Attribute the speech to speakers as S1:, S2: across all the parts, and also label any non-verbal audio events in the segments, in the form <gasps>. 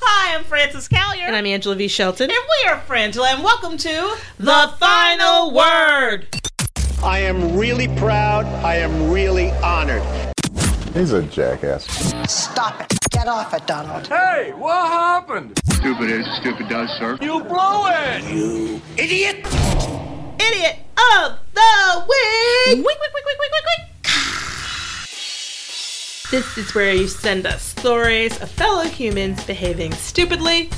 S1: Hi, I'm Frances Callier.
S2: And I'm Angela V. Shelton.
S1: And we are Frangela, and welcome to The Final Word.
S3: I am really proud. I am really honored.
S4: He's a jackass.
S5: Stop it. Get off it, Donald.
S6: Hey, what happened?
S7: Stupid is, stupid does, sir.
S6: You blew it!
S3: Idiot!
S1: Idiot of the Week. Week, week, week, week, week, week, week. This is where you send us stories of fellow humans behaving stupidly,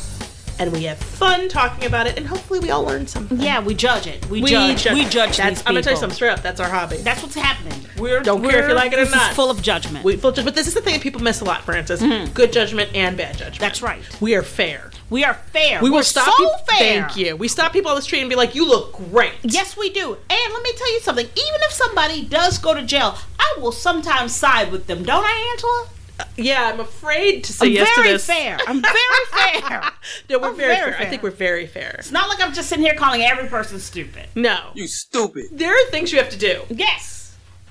S1: and we have fun talking about it, and hopefully we all learn something.
S8: Yeah, we judge it. We, judge. We judge
S1: That's,
S8: these people.
S1: I'm gonna tell you something straight up. That's our hobby.
S8: That's what's happening.
S1: We're- don't care if you like it or
S8: this
S1: not.
S8: Is full of judgment.
S1: we full judgment, but this is the thing that people miss a lot, Francis. Good judgment and bad judgment.
S8: Mm-hmm. That's right.
S1: We are fair.
S8: we are fair.
S1: We
S8: We're
S1: will stop.
S8: So
S1: peop-
S8: fair.
S1: Thank you. We stop people on the street and be like, "You look great."
S8: Yes, we do. And let me tell you something. Even if somebody does go to jail, I will sometimes side with them, don't I, Angela?
S1: Yeah, I'm afraid to say
S8: I'm
S1: yes
S8: very
S1: to this.
S8: fair. I'm
S1: <laughs>
S8: very fair.
S1: No, we're
S8: I'm
S1: very,
S8: very
S1: fair. I
S8: fair.
S1: think we're very fair.
S8: It's not like I'm just sitting here calling every person stupid.
S1: No,
S6: You stupid.
S1: there are things you have to do.
S8: Yes.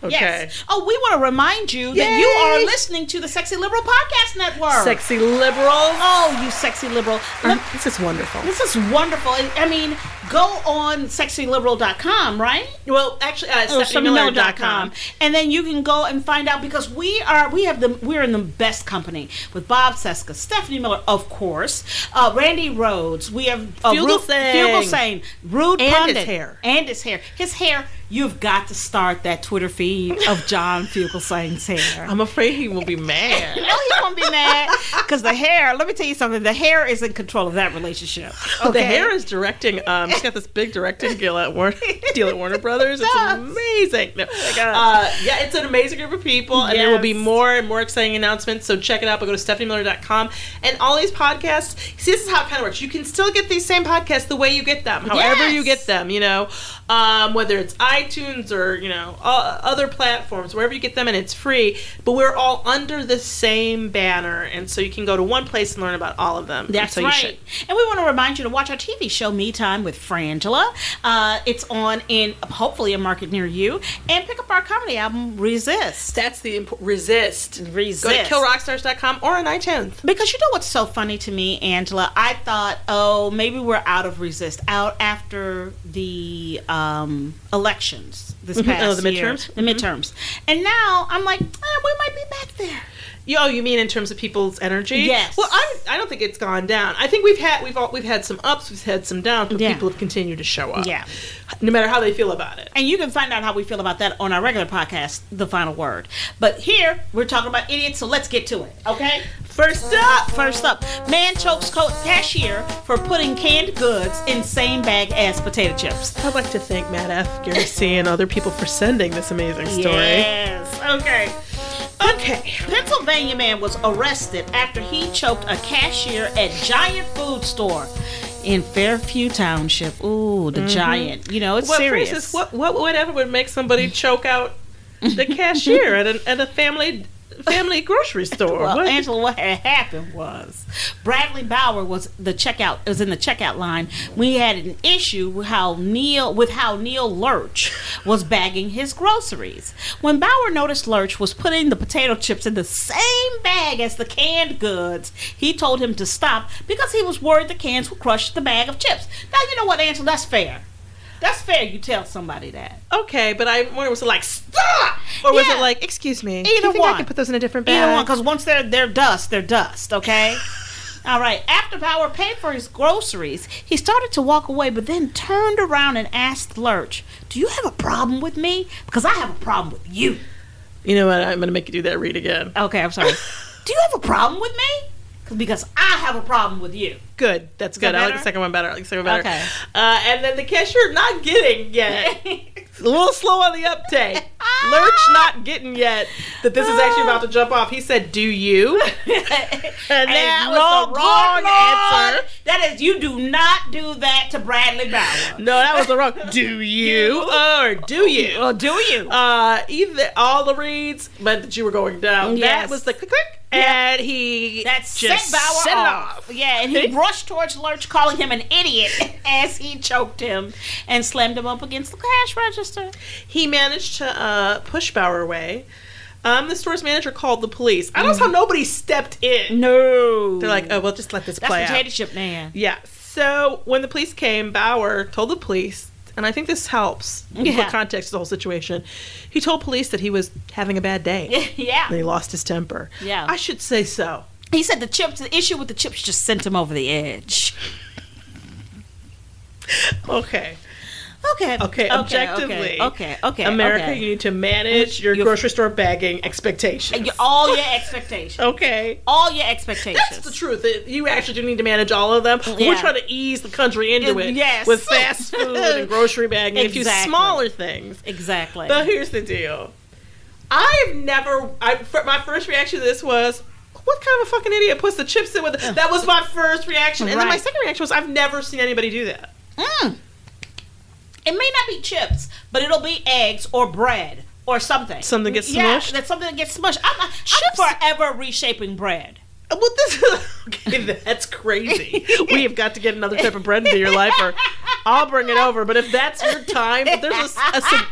S1: Okay.
S8: Yes. Oh, we want to remind you that
S1: Yay.
S8: you are listening to the Sexy Liberal Podcast Network.
S1: Sexy liberal.
S8: Oh, you sexy liberal. Let-
S1: This is wonderful.
S8: This is wonderful. I I mean, go on sexyliberal.com, right?
S1: Well, actually, uh,
S8: Or
S1: StephanieMiller.com.
S8: StephanieMiller.com. And then you can go and find out because we are we have the we're in the best company with Bob Seska, Stephanie Miller, of course, uh, Randy Rhodes. We have uh,
S1: Fugle
S8: Ru-
S1: Singh.
S8: Fugle Singh, Rude
S1: And
S8: Pundit,
S1: his hair.
S8: and his hair. His hair. You've got to start that Twitter feed of John Fuglesang's hair.
S1: I'm afraid he will be mad.
S8: No, he won't be mad because the hair. Let me tell you something. The hair is in control of that relationship. Okay?
S1: Oh, The hair is directing. Um, she's got this big directing deal
S8: <laughs>
S1: at Warner, deal at Warner Brothers. It's
S8: Yes.
S1: amazing. No,
S8: Oh
S1: uh, yeah, it's an amazing group of people, and there will be more and more exciting announcements. So check it out. But go to stephaniemiller.com and all these podcasts. See, this is how it kind of works. You can still get these same podcasts the way you get them, however you
S8: Yes.
S1: get them. You know, um, whether it's iTunes or you know o- other platforms, wherever you get them, and it's free. But we're all under the same banner, and so you can go to one place and learn about all of them.
S8: That's
S1: so you should.
S8: right. And we want to remind you to watch our TV show, Me Time with Frangela. Uh, it's on in hopefully a market near you. And pick up our comedy album, Resist.
S1: That's the imp- resist.
S8: Resist.
S1: Go to killrockstars.com or on iTunes.
S8: Because you know what's so funny to me, Angela? I thought, oh, maybe we're out of resist, out after the um, elections this past
S1: Oh, the
S8: year.
S1: midterms?
S8: the midterms, and now I'm like, eh, we might be back there.
S1: You, oh, you mean in terms of people's energy?
S8: Yes.
S1: Well, I, I don't think it's gone down. I think we've had we've all, we've had some ups, we've had some downs, but
S8: Yeah.
S1: people have continued to show up.
S8: Yeah.
S1: No matter how they feel about it.
S8: And you can find out how we feel about that on our regular podcast, The Final Word. But here, we're talking about idiots, so let's get to it, okay? First up, first up, man chokes co- cashier for putting canned goods in same bag as potato chips.
S1: I'd like to thank Matt F, Gary C, and other people for sending this amazing story.
S8: Yes, okay. Okay, Pennsylvania man was arrested after he choked a cashier at Giant Food Store in Fairview Township. Ooh, the Giant. You know, it's
S1: Mm-hmm. Well,
S8: serious. <laughs>
S1: Francis, what, what whatever would make somebody choke out the cashier at, an, at a family family grocery store.
S8: Well,
S1: What?
S8: Angela, what had happened was Bradley Bauer was the checkout was in the checkout line. We had an issue with how Neil with how Neil Lurch was bagging his groceries. When Bauer noticed Lurch was putting the potato chips in the same bag as the canned goods, he told him to stop because he was worried the cans would crush the bag of chips. Now you know what, Angela, that's fair. That's fair. You tell somebody that.
S1: okay, but I wonder was it like stop or was
S8: Yeah.
S1: it like excuse me?
S8: Either
S1: you think
S8: one.
S1: I can put those in a different bag.
S8: Either one, because once they're they're dust, they're dust. <sighs> Okay. All right. After Bauer paid for his groceries, he started to walk away, but then turned around and asked Lurch, "Do you have a problem with me? Because I have a problem with you."
S1: You know what? I'm gonna make you do that read again.
S8: Okay, I'm sorry. <laughs> do you have a problem with me? 'Cause- Because I have a problem with you. <laughs>
S1: Good. That's good.
S8: that
S1: I like
S8: better?
S1: the second one better. I like the second one better.
S8: Okay.
S1: Uh, and then the cashier not getting <laughs> yet. a little slow on the uptake. Lurch not getting yet that this is actually about to jump off. He said, "Do <laughs> you?"
S8: And
S1: that was
S8: Lord-
S1: the wrong
S8: good Lord,
S1: answer.
S8: That is, you do not do that to Bradley Bauer.
S1: No, that was the wrong. Do <laughs> you or do you?
S8: Well, do you?
S1: uh, either all the reads meant that you were going down.
S8: Yes.
S1: That was the click click, and he
S8: That set
S1: just
S8: Bauer
S1: set
S8: off.
S1: it off.
S8: Yeah, and
S1: <laughs>
S8: he rushed towards Lurch, calling him an idiot <laughs> as he choked him and slammed him up against the cash register.
S1: He managed to uh, push Bauer away. Um, the store's manager called the police. I don't know how nobody stepped
S8: Mm.
S1: in.
S8: No,
S1: They're like, oh, well, just let this
S8: that's
S1: play
S8: potato
S1: out.
S8: chip man. <laughs>
S1: Yeah. So when the police came, Bauer told the police, and I think this helps
S8: Yeah.
S1: for context of the whole situation. He told police that he was having a bad day. And
S8: yeah,
S1: he lost his temper.
S8: Yeah.
S1: I should say so.
S8: he said the chips. The issue with the chips just sent him over the edge.
S1: Okay.
S8: Okay,
S1: Okay,
S8: okay,
S1: objectively,
S8: okay, okay
S1: America,
S8: okay.
S1: you need to manage your
S8: Your-
S1: grocery store bagging expectations.
S8: all your expectations,
S1: Okay.
S8: all your expectations.
S1: That's the truth. It- You actually do need to manage all of them.
S8: Yeah.
S1: We're trying to ease the country into
S8: Y-
S1: it
S8: yes.
S1: with fast
S8: <laughs>
S1: food and grocery bagging and a few
S8: Exactly.
S1: smaller things.
S8: Exactly.
S1: But here's the deal. I've never. I fir- my first reaction to this was, "What kind of a fucking idiot puts the chips in with?" The-? That was my first reaction, and then my
S8: Right.
S1: second reaction was, "I've never seen anybody do that."
S8: Mm. It may not be chips, but it'll be eggs or bread or something.
S1: Something gets
S8: Yeah,
S1: smushed?
S8: that's something that gets smushed. I'm, I'm forever reshaping bread.
S1: Well, this is <laughs> okay. That's crazy. we have got to get another type of bread into your life, or I'll bring it over. But if that's your time, if there's a, a sig-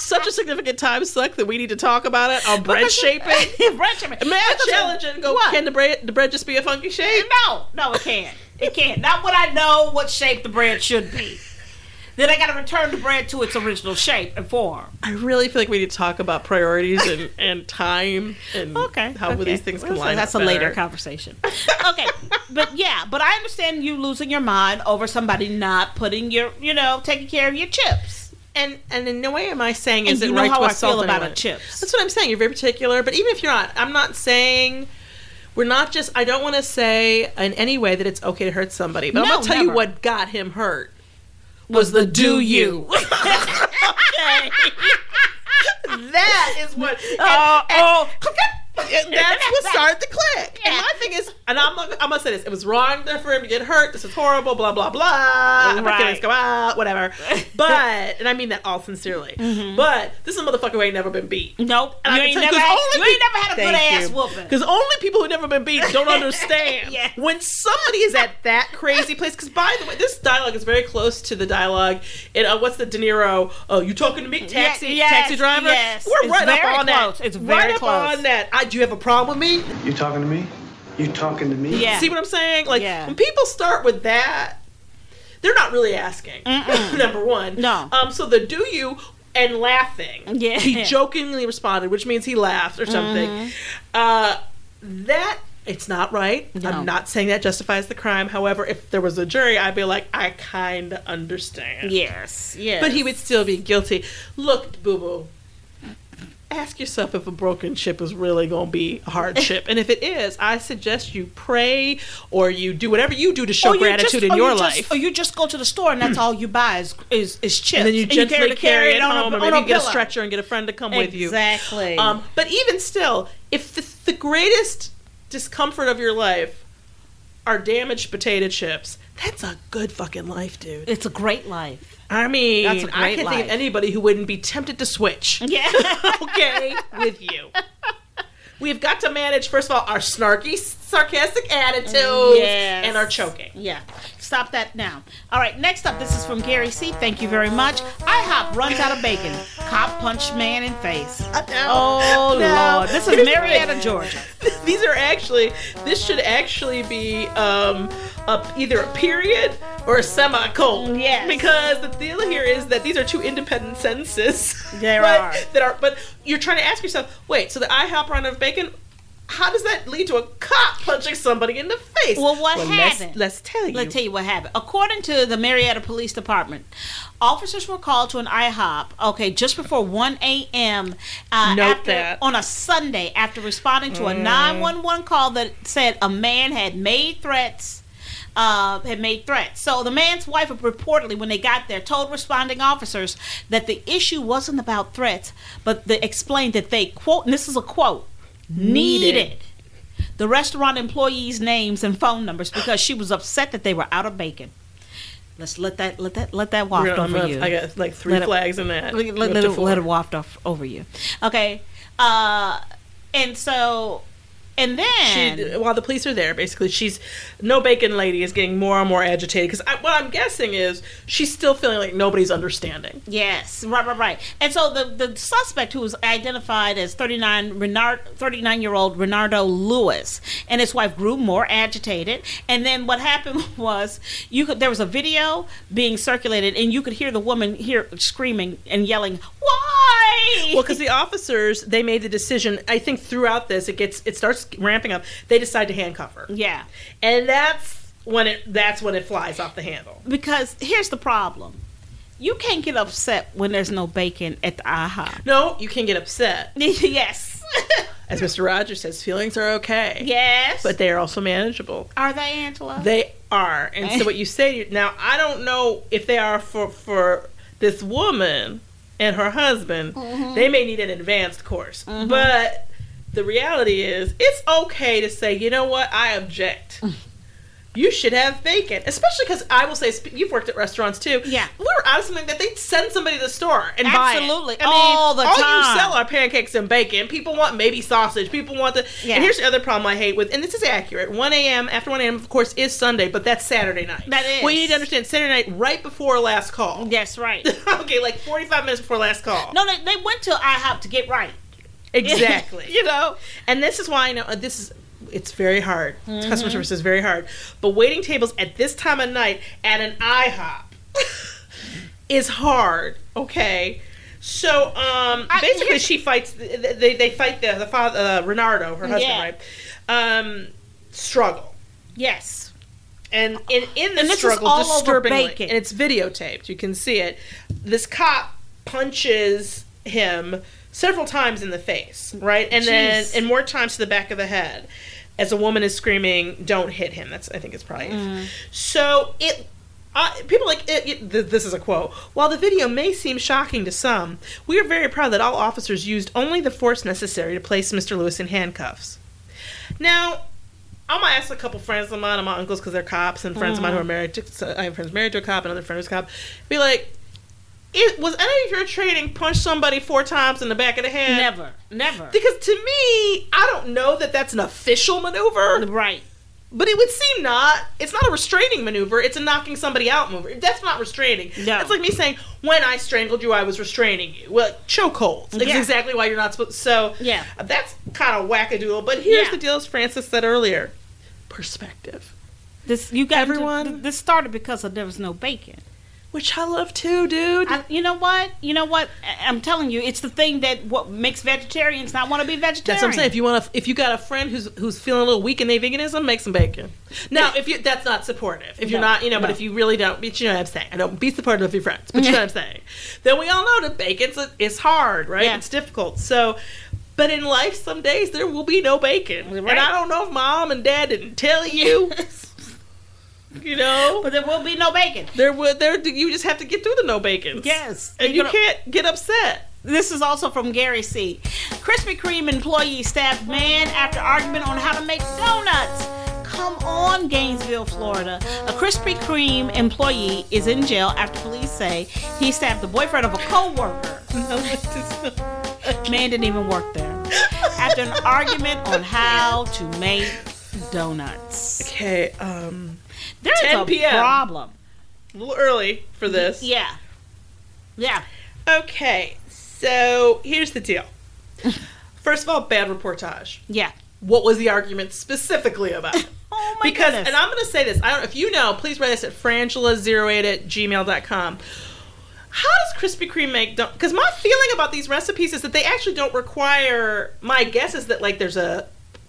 S1: such a significant time suck that we need to talk about it on
S8: <laughs>
S1: bread shaping,
S8: bread shaping.
S1: may I
S8: Because-
S1: challenge it and go?
S8: What?
S1: Can the bread the bread just be a
S8: <laughs>
S1: funky shape?
S8: No, no, it can't. It can't. Not when I know what shape the bread should be. Then I got to return the bread to its original shape and form.
S1: I really feel like we need to talk about priorities and, and time and how these things can
S8: Well,
S1: line
S8: That's
S1: up
S8: a later
S1: better.
S8: conversation. <laughs> okay, but yeah, but I understand you losing your mind over somebody not putting your, you know, taking care of your chips.
S1: And and in no way am I saying
S8: And
S1: is
S8: you
S1: it
S8: know
S1: right
S8: how
S1: to
S8: I
S1: assault
S8: feel about
S1: anyone.
S8: a chips.
S1: That's what I'm saying. You're very particular, but even if you're not, I'm not saying we're not just. I don't want to say in any way that it's okay to hurt somebody, but I'm
S8: No,
S1: gonna tell you
S8: never.
S1: what got him hurt was, the do you. <laughs> that is what.
S8: oh,
S1: And that's what started the click. And my thing is, and I'm not, I'm gonna say this: it was wrong there for him to get hurt. This is horrible. Blah blah blah. I'm not
S8: Right.
S1: gonna just go
S8: <laughs>
S1: out, whatever. But and I mean that all sincerely.
S8: Mm-hmm.
S1: But this is a motherfucker who ain't never been beat.
S8: nope. You ain't, never had, you ain't never had a good ass whooping.
S1: Because only people who never
S8: <laughs>
S1: been beat don't understand
S8: Yes.
S1: when somebody is at that crazy place. Because by the way, this dialogue is very close to the dialogue in uh, what's the De Niro? Oh, you talking to me, taxi,
S8: Ye- yes,
S1: taxi driver?
S8: yes.
S1: We're
S8: It's
S1: right
S8: very
S1: up on
S8: close.
S1: that.
S8: It's
S1: right
S8: very
S1: up
S8: close.
S1: on that. I, do you have a problem with me?
S6: You talking to me? You talking to me?
S8: Yeah.
S1: See what I'm saying? Like
S8: Yeah.
S1: when people start with that, they're not really asking. <laughs> number one,
S8: No.
S1: Um, so the do you and laughing.
S8: Yeah. Mm-hmm.
S1: he jokingly responded, which means he laughed or something. Uh, that it's not right. I'm not saying that justifies the crime. However, if there was a jury, I'd be like, I kind of understand.
S8: yes, yes.
S1: But he would still be guilty. Look, boo boo. Ask yourself if a broken chip is really going to be
S8: <laughs>
S1: a hard chip. And if it is, I suggest you pray or you do whatever you do to
S8: Or
S1: show
S8: Oh, you
S1: gratitude
S8: just-
S1: in
S8: or you
S1: your
S8: just-
S1: life.
S8: or you just go to the store and that's all you buy is is, is chips.
S1: and then you gently
S8: gotta
S1: carry, it home, or maybe you get a stretcher and get a friend to come with you.
S8: Exactly.
S1: Um, but even still, if the, the greatest discomfort of your life are damaged potato chips, that's a good fucking life, dude.
S8: it's a great <laughs> life.
S1: I mean,
S8: That's a great
S1: I can't think
S8: life.
S1: of anybody who wouldn't be tempted to switch.
S8: Yeah.
S1: okay with you. We've got to manage, first of all, our snarky, sarcastic attitudes
S8: Yes.
S1: and our choking. <laughs>
S8: Yeah. Stop that now. All right, next up, this is from Gary C. Thank you very much. IHOP runs out of bacon. Cop punched man in face. Oh,
S1: No.
S8: Lord. This is
S1: Here's the
S8: Marietta,
S1: thing.
S8: Georgia.
S1: These are actually, this should actually be um, a, either a period or a semicolon.
S8: Yes.
S1: Because the deal here is that these are two independent sentences.
S8: There
S1: <laughs> but,
S8: are.
S1: That are. But you're trying to ask yourself, wait, so the IHOP run of bacon, how does that lead to a cop punching somebody in the face?
S8: Well, what
S1: let's-
S8: happened?
S1: Let's, tell you.
S8: Let's tell you what happened. According to the Marietta Police Department, officers were called to an IHOP, okay, just before 1 a.m. Uh,
S1: Note
S8: after-
S1: that. Mm.
S8: on a Sunday after responding to a 911 call that said a man had made threats. Uh, had made threats. So the man's wife reportedly, when they got there, told responding officers that the issue wasn't about threats, but they explained that they quote, and this is a quote, needed the restaurant employees' names and phone numbers because she was upset that they were out of bacon. Let's let that let that let that waft
S1: Real- I'm
S8: over
S1: gonna-
S8: you.
S1: I got like three
S8: Let it-
S1: flags in that.
S8: let, let,
S1: Up to
S8: let it,
S1: four.
S8: let it waft off over you. Okay, uh, and so and then
S1: she, while the police are there, basically, she's no bacon lady is getting more and more agitated because what I'm guessing is she's still feeling like nobody's understanding.
S8: Yes, right, right, right. And so the, the suspect who was identified as 39 Renard, 39 year old Renardo Lewis and his wife grew more agitated. And then what <laughs> happened was you could there was a video being circulated and you could hear the woman here screaming and yelling, "Why?"
S1: Well, because the officers they made the decision. I think throughout this, it gets it starts ramping up. They decide to handcuff her,
S8: <laughs> yeah.
S1: and that's when it that's when it flies off the handle.
S8: Because here's the problem. You can't get upset when there's no bacon at the IHOP.
S1: No, you can get upset,
S8: <laughs> yes. <laughs>
S1: as Mr. Rogers says. Feelings are okay,
S8: yes.
S1: but they are also manageable.
S8: are they Angela?
S1: They are.
S8: <laughs>
S1: And so what you say now, I don't know if they are for for this woman and her husband.
S8: Mm-hmm.
S1: They may need an advanced course, but the reality is, it's okay to say, you know what, I
S8: <laughs>
S1: object. You should have bacon, especially because I will say sp- you've worked at restaurants too.
S8: Yeah.
S1: we were out of something that they'd send somebody to the store and buy. it.
S8: Absolutely.
S1: I mean,
S8: All the
S1: All
S8: time.
S1: you sell are pancakes and bacon. People want maybe sausage. People want the.
S8: Yeah.
S1: And here's the other problem I hate with, and this is accurate. 1 a.m. after 1 a.m. of course is Sunday, but that's Saturday night.
S8: That is.
S1: Well, you need to understand Saturday night right before last call.
S8: yes, right.
S1: <laughs> okay, like 45 minutes before last call.
S8: No, they, they went to IHOP to get right.
S1: Exactly. you know, and this is why I know uh, this is it's very hard. Customer service is very hard. But waiting tables at this time of night at an IHOP <laughs> is hard. Okay. So um, basically, she fights. th- th- They, they fight the the father uh, Renardo, her husband,
S8: Yeah.
S1: right? Um, struggle.
S8: Yes.
S1: And in, in the
S8: And this is
S1: struggle,
S8: all over
S1: disturbingly,
S8: bacon.
S1: and it's videotaped. You can see it. This cop punches him several times in the face, right, and then
S8: Jeez.
S1: and more times to the back of the head. As a woman is screaming, "Don't hit him!" That's I think it's probably
S8: Mm.
S1: so. It uh, people like it, it, th- this is a quote. While the video may seem shocking to some, we are very proud that all officers used only the force necessary to place Mr. Lewis in handcuffs. Now, I'm gonna ask a couple friends of mine and my uncles because they're cops and friends of mine who are married. To, so I have friends married to a cop, another friend who's a cop. Be like, it was any of your training punch somebody four times in the back of the head?
S8: Never. Never.
S1: Because to me, I don't know that that's an official maneuver,
S8: Right.
S1: but it would seem not. It's not a restraining maneuver. It's a knocking somebody out maneuver. That's not restraining.
S8: No.
S1: It's like me saying, "When I strangled you, I was restraining you." Well, chokeholds. That's
S8: Yeah.
S1: exactly why you're not supposed. So
S8: Yeah.
S1: that's kind of wackadoodle. But here's
S8: Yeah.
S1: the deal, as Francis said earlier: perspective.
S8: This you got
S1: Everyone-
S8: th- this started because of there was no bacon.
S1: Which I love too, dude.
S8: I, you know what? You know what? I, I'm telling you, it's the thing that what makes vegetarians not want to be vegetarian.
S1: that's what I'm saying. If you want, to, if you got a friend who's who's feeling a little weak in their veganism, make some bacon. Now, if you that's not supportive. If you're
S8: No,
S1: not, you know, but
S8: no.
S1: if you really don't, but you know what I'm saying. I don't be supportive of your friends, but you know what I'm saying. Then we all know that bacon's a, it's hard, right?
S8: Mm-hmm. Yeah.
S1: It's difficult. So, but in life, some days there will be no bacon,
S8: Right.
S1: and I don't know if mom and dad didn't
S8: <laughs>
S1: tell you. you know,
S8: but there will be no bacon.
S1: there would there you just have to get through the no bacon.
S8: Yes.
S1: and you
S8: You're gonna-
S1: can't get upset.
S8: This is also from Gary C. Krispy Kreme employee stabbed man after argument on how to make donuts. Come on, Gainesville, Florida. A Krispy Kreme employee is in jail after police say he <laughs> stabbed the boyfriend of a co-worker. Man didn't even work there. after an argument on how to make donuts.
S1: Okay, um,
S8: There's
S1: 10
S8: a
S1: p.m..
S8: problem.
S1: a little early for this.
S8: Yeah. Yeah.
S1: Okay, so here's
S8: <laughs>
S1: the deal. First of all, bad reportage.
S8: Yeah.
S1: What was the argument specifically about?
S8: <laughs> Oh my
S1: because,
S8: goodness.
S1: and I'm going to say this, I don't if you know, please write us at frangela08 at gmail.com. How does Krispy Kreme make don't? Because my feeling about these recipes is that they actually don't require. My guess is that like there's a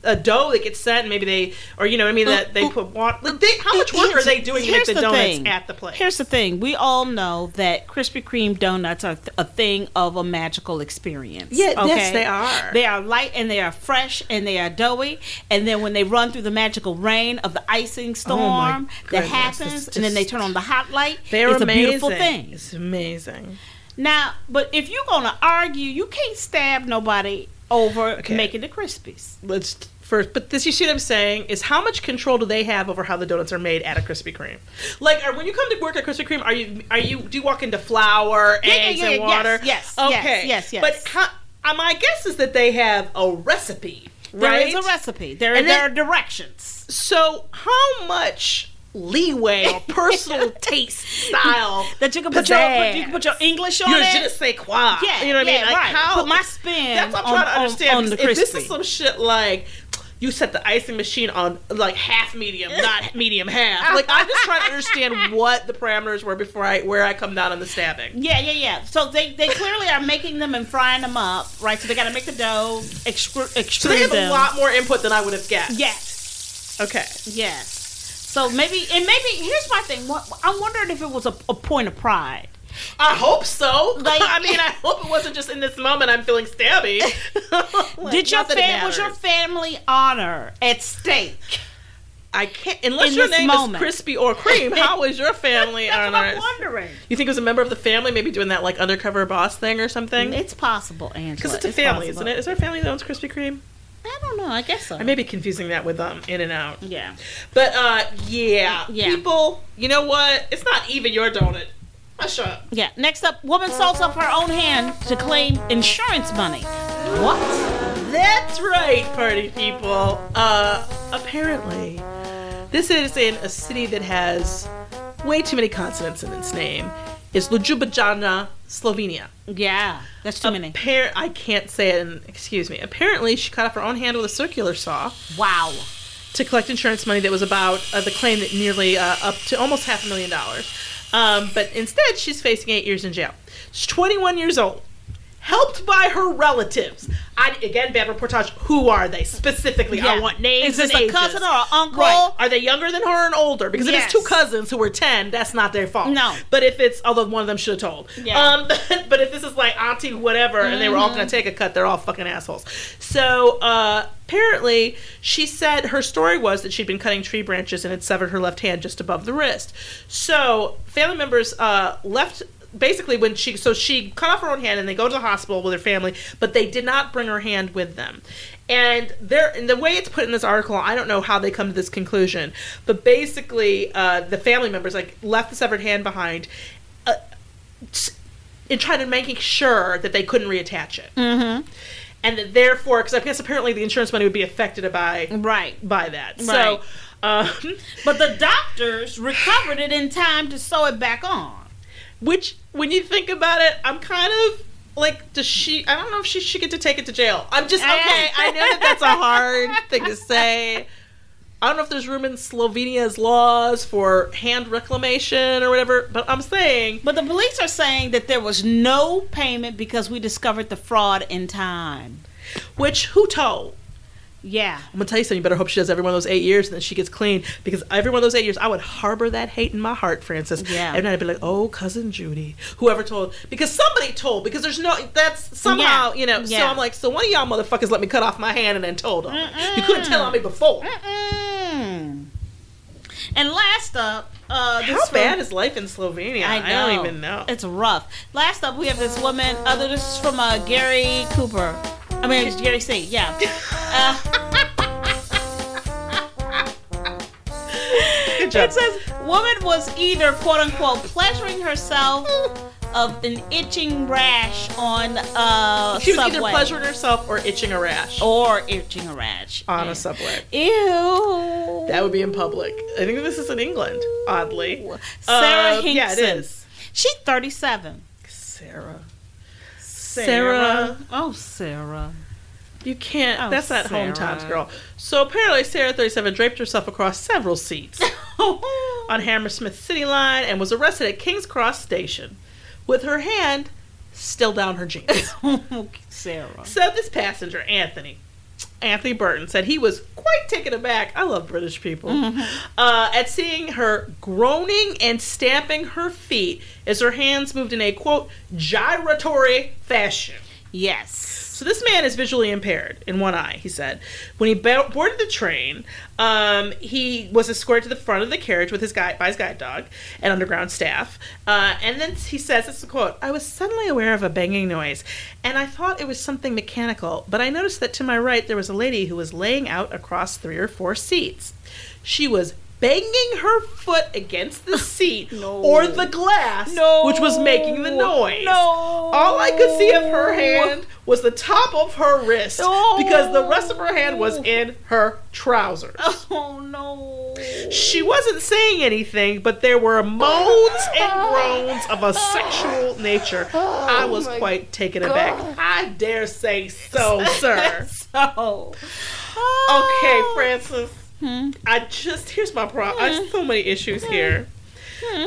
S1: a dough that gets set, and maybe they or you know what I mean that they put water. Like they, how much work are
S8: Here's-
S1: they doing to make
S8: here's
S1: the, donuts
S8: thing.
S1: at the place?
S8: Here's the thing. We all know that Krispy Kreme donuts are th- a thing of a magical experience.
S1: Yeah, yes, they are.
S8: They are light and they are fresh and they are doughy. And then when they run through the magical rain of the icing storm
S1: Oh my
S8: that
S1: goodness,
S8: happens,
S1: it's
S8: and then they
S1: just-
S8: turn on the hot light,
S1: They're
S8: it's
S1: amazing.
S8: a beautiful thing.
S1: It's amazing.
S8: Now, but if you're going to argue, you can't stab nobody over
S1: Okay.
S8: making the Krispies.
S1: let's first but this you see what i'm saying is how much control do they have over how the donuts are made at a krispy kreme like are, when you come to work at krispy kreme are you are you do you walk into flour
S8: yeah,
S1: eggs
S8: yeah,
S1: and
S8: yes,
S1: water
S8: yes, yes,
S1: okay
S8: yes, yes.
S1: but how, uh, my guess is that they have a recipe
S8: There
S1: right
S8: is a recipe. There,
S1: And
S8: there
S1: then-
S8: are directions.
S1: so how much leeway
S8: <laughs>
S1: or personal taste style
S8: That you can put,
S1: Put
S8: your,
S1: your-
S8: you can put your English on
S1: your
S8: it.
S1: je ne sais quoi.
S8: Yeah,
S1: you know what I
S8: yeah,
S1: mean? Like
S8: right.
S1: how
S8: Put my spin
S1: That's what I'm
S8: on-
S1: trying to
S8: on-
S1: understand.
S8: on
S1: because
S8: the
S1: if this
S8: crispy.
S1: is some shit like you set the icing machine on like half medium, not medium half. Like I'm just trying
S8: <laughs>
S1: to understand what the parameters were before I where I come down on the stabbing.
S8: Yeah, yeah, yeah. So they, they clearly are making them and frying them up, right? So they got to make the dough, extru- extrude
S1: So they have
S8: them.
S1: a lot more input than I would have guessed.
S8: Yes,
S1: Okay.
S8: yes. So maybe and maybe here's my thing. What, I'm wondering if it was a, a point of pride.
S1: I hope so. <laughs>
S8: Like-
S1: I
S8: <laughs>
S1: mean, I hope it wasn't just in this moment I'm feeling stabby. Like,
S8: Did your
S1: not that it
S8: fam- was your
S1: matters.
S8: family honor at stake?
S1: I can't unless
S8: in
S1: your
S8: this
S1: name
S8: moment?
S1: is crispy or cream. How was
S8: <laughs>
S1: your family?
S8: That's what I'm
S1: honored?
S8: wondering.
S1: You think it was a member of the family, maybe doing that like undercover boss thing or something?
S8: It's possible, Angela.
S1: Because it's a family,
S8: possible.
S1: isn't it? Is there a family that owns Krispy Kreme?
S8: I don't know. I guess so.
S1: I may be confusing that with um In and Out.
S8: yeah.
S1: But uh, yeah,
S8: Yeah.
S1: people, you know what? It's not even your donut. Hush up.
S8: Yeah. Next up, woman salts up her own hand to claim insurance money. What?
S1: That's right, party people. Uh, apparently, this is in a city that has way too many consonants in its name. It's Ljubljana, Slovenia.
S8: Yeah. That's too many.
S1: Appar- I can't say it. In, excuse me. Apparently, she cut off her own hand with a circular saw.
S8: Wow.
S1: to collect insurance money that was about uh, the claim that nearly uh, up to almost half a million dollars. Um, but instead, she's facing eight years in jail. She's 21 years old, helped by her relatives. I, again, bad reportage. Who are they specifically?
S8: Yeah.
S1: I want names.
S8: Is this
S1: and
S8: a
S1: ages.
S8: cousin or an uncle?
S1: Right. Are they younger than her and older? Because
S8: Yes.
S1: if it's two cousins who were 10, that's not their fault.
S8: No.
S1: But if it's, although one of them should have told.
S8: Yeah.
S1: Um, <laughs> but, but if this is like auntie whatever and they were all going to take a cut, they're all fucking assholes. So uh, apparently she said her story was that she'd been cutting tree branches and had severed her left hand just above the wrist. So family members uh, left basically when she so she cut off her own hand and they go to the hospital with her family but they did not bring her hand with them and there and the way it's put in this article i don't know how they come to this conclusion but basically uh, the family members like left the severed hand behind uh, t- and tried to making sure that they couldn't reattach it mm-hmm. and that therefore because i guess apparently the insurance money would be affected by
S8: Right.
S1: by that
S8: Right.
S1: so um,
S8: But the doctors recovered it in time to sew it back on.
S1: Which, when you think about it, I'm kind of like, does she? I don't know if she should get to take it to jail. I'm just okay. I know that that's a hard thing to say. I don't know if there's room in Slovenia's laws for hand reclamation or whatever, but I'm saying
S8: But the police are saying that there was no payment because we discovered the fraud in time.
S1: which who told?
S8: Yeah.
S1: I'm gonna tell you something. You better hope she does every one of those eight years, and then she gets clean. Because every one of those eight years, I would harbor that hate in my heart, Francis.
S8: Yeah.
S1: And I'd be like, oh, cousin Judy, whoever told, because somebody told. Because there's no, that's somehow,
S8: Yeah.
S1: you know. So
S8: Yeah.
S1: I'm like, so one of y'all motherfuckers let me cut off my hand and then told on me. You couldn't tell on me before.
S8: Mm. And last up, uh, this
S1: How
S8: from-
S1: bad is life in Slovenia? I, don't even know. <laughs>
S8: It's rough. Last up, we have this woman. Other, this is from uh, Gary Cooper. I mean, it's Gary C. Yeah.
S1: Good job.
S8: It says woman was either quote unquote pleasuring herself of an itching rash on uh
S1: She was
S8: subway. Oh,
S1: either pleasuring herself or itching a rash
S8: or itching a rash
S1: on a subway.
S8: Ew.
S1: That would be in public. I think this is in England, oddly.
S8: Sarah
S1: Uh,
S8: Hinkson.
S1: Yeah, it is.
S8: She's 37.
S1: Sarah.
S8: Sarah. Oh, <laughs> Sarah.
S1: You can't.
S8: Oh,
S1: that's not home
S8: Sarah.
S1: times, girl. So apparently, Sarah 37 draped herself across
S8: <laughs>
S1: several seats on Hammersmith City Line and was arrested at King's Cross Station with her hand still down her jeans.
S8: <laughs> Sarah.
S1: so this passenger, Anthony, Anthony Burton, said he was quite taken aback. I love British people.
S8: Mm-hmm.
S1: Uh, at seeing her groaning and stamping her feet as her hands moved in a quote gyratory fashion.
S8: Yes.
S1: So this man is visually impaired in one eye, he said. When he bo- boarded the train, um, he was escorted to the front of the carriage with his guide by his guide dog and underground staff. Uh, and then he says, "This is a quote: I was suddenly aware of a banging noise, and I thought it was something mechanical. But I noticed that to my right there was a lady who was laying out across three or four seats. She was." Banging her foot
S8: <laughs>
S1: against the seat or the glass, which was making the noise.
S8: No.
S1: All I could see of her hand was the top of her wrist
S8: No.
S1: because the rest of her hand was in her trousers.
S8: Oh, no.
S1: She wasn't saying anything, but there were moans
S8: <laughs>
S1: and groans of a sexual nature.
S8: Oh
S1: I was quite taken aback. I dare
S8: <laughs>
S1: say so, sir.
S8: So.
S1: Okay,
S8: Oh.
S1: Francis. I just here's my problem. I
S8: Hmm.
S1: have so many issues here.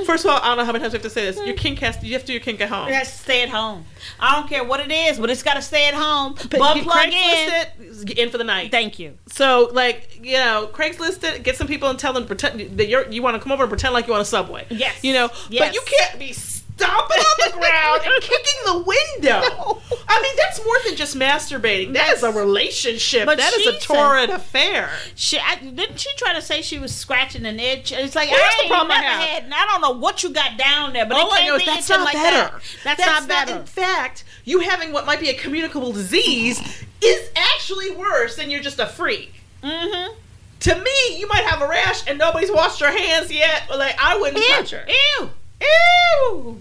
S1: First of all, I don't know how many times I have to say this.
S8: Hmm.
S1: Your kink has you have to do your kink at home.
S8: It has to stay at home. I don't care what it is, but it's got to stay at home. But,
S1: you
S8: plug in.
S1: Craigslist it, get in for the night.
S8: Thank you.
S1: So, like, you know, Craigslist it, get some people and tell them pretend that you're, you want to come over and pretend like you on a subway.
S8: Yes.
S1: You know,
S8: Yes.
S1: but you can't be stomping on the ground
S8: <laughs>
S1: and kicking the window. I mean, that's more than just masturbating. That is a relationship.
S8: But
S1: that is a
S8: she's a-
S1: torrid affair.
S8: She I, didn't she try to say she was scratching an itch? It's like
S1: Well,
S8: I
S1: that's the
S8: ain't
S1: problem I
S8: never
S1: have.
S8: had, and I don't know what you got down there, but
S1: All
S8: it
S1: I
S8: can't
S1: know is
S8: be
S1: that's
S8: itching
S1: not
S8: like
S1: better.
S8: that. That's, not better.
S1: in fact, you having what might be a communicable disease is actually worse than you're just a freak.
S8: mm-hmm.
S1: To me, you might have a rash and nobody's washed your hands yet. Like, I wouldn't touch her.
S8: Ew.
S1: Ew!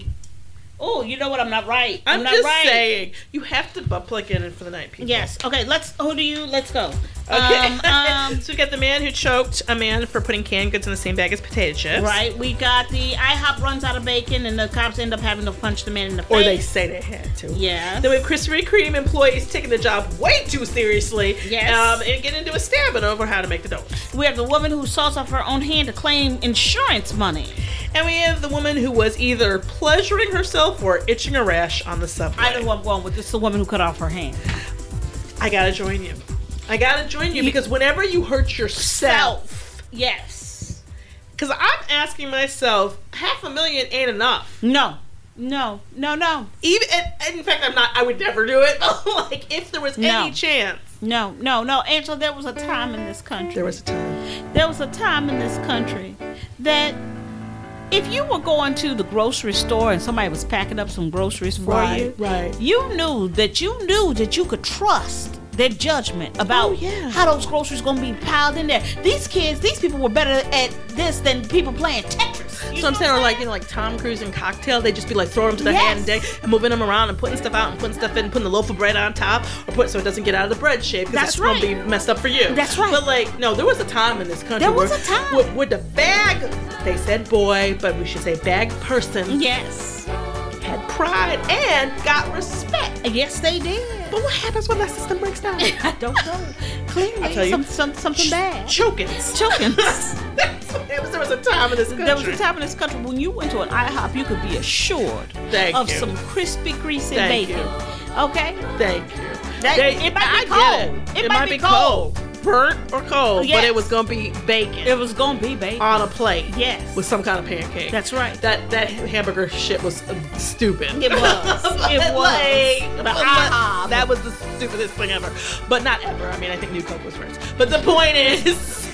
S8: Oh, you know what? I'm not right.
S1: I'm,
S8: not
S1: just
S8: right.
S1: saying you have to butt plug in for the night, people.
S8: Yes. Okay. Let's. Who do you? Let's go.
S1: Okay. <laughs>
S8: Um, um,
S1: so we got the man who choked a man for putting canned goods in the same bag as potato chips.
S8: right. We got the IHOP runs out of bacon, and the cops end up having to punch the man in the face.
S1: Or they say they had to.
S8: Yeah.
S1: Then we have Krispy Kreme employees taking the job way too seriously.
S8: Yes.
S1: Um, and getting into a stabbing over how to make the donuts.
S8: We have the woman who saws off her own hand to claim insurance money.
S1: And we have the woman who was either pleasuring herself or itching a rash on the subway.
S8: I know where I'm going with this. The woman who cut off her hand.
S1: I gotta join you. I gotta join you because whenever you hurt yourself,
S8: Yes.
S1: because I'm asking myself, half a million ain't enough.
S8: No. No. No. No.
S1: even and, and in fact i'm not i would never do it <laughs> but like if there was
S8: No.
S1: any chance
S8: No, no, no, Angela, there was a time in this country. There was a time. There was a time in this country that if you were going to the grocery store and somebody was packing up some groceries for you,
S1: right
S8: you knew that you knew that you could trust their judgment about
S1: Oh, yeah.
S8: how those groceries gonna be piled in there. These kids, these people were better at this than people playing Tetris. You
S1: so I'm
S8: know
S1: saying, or
S8: what
S1: like you know, like Tom Cruise and Cocktail, they just be like throwing them to their
S8: Yes.
S1: hand and, day, and moving them around and putting stuff out and putting stuff in, putting the loaf of bread on top, or put so it doesn't get out of the bread shape. 'cause
S8: That's
S1: That's, gonna
S8: right.
S1: be messed up for you.
S8: That's right.
S1: But like, no, there was a time in this country.
S8: There was
S1: where-
S8: a time.
S1: where, where the bag, they said boy, but we should say bag person
S8: Yes.
S1: had pride and got respect.
S8: Yes, they did.
S1: But what happens when that system breaks <laughs> down?
S8: I don't know. Clearly,
S1: I'll tell you.
S8: some, some, something bad.
S1: Chokins.
S8: <laughs> Chokins.
S1: That's what it was. <laughs> There was a time in this country.
S8: There was a time in this country when you went to an IHOP, you could be assured
S1: Thank
S8: of
S1: you.
S8: some crispy, greasy
S1: Thank
S8: bacon.
S1: you.
S8: Okay,
S1: Thank you.
S8: That-
S1: They-
S8: it might be
S1: I get
S8: cold.
S1: It, might, be cold. Burnt or cold,
S8: Yes.
S1: but it was gonna be bacon
S8: it was gonna be bacon.
S1: on a plate.
S8: Yes.
S1: With some kind of pancake.
S8: That's right.
S1: That that hamburger shit was uh, stupid.
S8: It
S1: <laughs>
S8: was. It was.
S1: Like,
S8: The
S1: but
S8: IHOP.
S1: that was the stupidest thing ever. But not ever. I mean, I think New Coke was first. But the point is,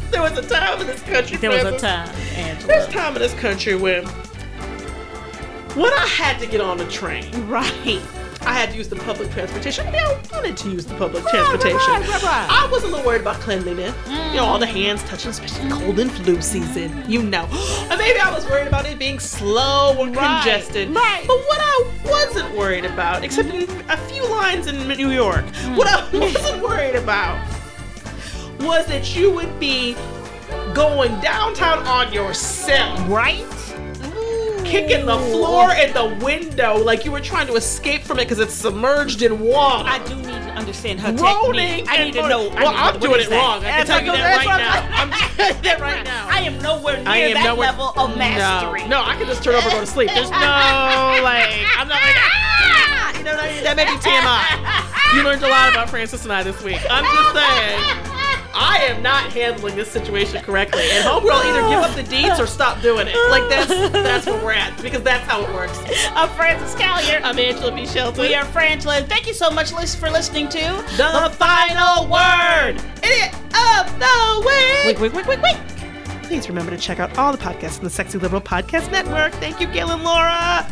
S1: <laughs> there was a time in this country.
S8: there was a
S1: Francis.
S8: time,
S1: There's
S8: Angela.
S1: <laughs> a time in this country when when I had to get on the train
S8: Right.
S1: I had to use the public transportation. I mean, I wanted to use the public transportation. I was a little worried about cleanliness. You know, all the hands touching, especially cold and flu season. You know. <gasps> And maybe I was worried about it being slow or congested.
S8: right.
S1: But what I wasn't worried about, except in a few lines in New York,
S8: Hmm.
S1: what I wasn't worried about was that you would be going downtown on yourself
S8: Right?
S1: kicking the floor and the window like you were trying to escape from it because it's submerged in water.
S8: I do need to understand her
S1: Groaning
S8: technique. I
S1: and
S8: need to
S1: moaning.
S8: know. I
S1: Well,
S8: need to
S1: I'm
S8: know,
S1: doing
S8: what is
S1: it
S8: that?
S1: wrong. I can
S8: That's
S1: tell you
S8: what-
S1: that
S8: that's what
S1: right now.
S8: <laughs>
S1: I'm telling you that right now.
S8: I am nowhere near
S1: I am
S8: that
S1: nowhere-
S8: level of mastery.
S1: No, no, I can just turn over and go to sleep. There's no like, I'm not like, <laughs>
S8: <laughs>
S1: ah! you know what I mean? That may be TMI. You learned a lot about Francis and I this week. I'm just saying.
S8: <laughs>
S1: I am not handling this situation correctly, and homegirl either give up the deeds or stop doing it. Like that's that's where we're at because that's how it works.
S8: I'm Francis Callier.
S1: I'm Angela B. Shelton.
S8: We are Franklin. Thank you so much, Liz, for listening to
S1: the final word. Idiot of the week.
S8: Wait, wait, wait, wait, wait.
S1: Please remember to check out all the podcasts in the Sexy Liberal Podcast Network. Thank you, Gail and Laura.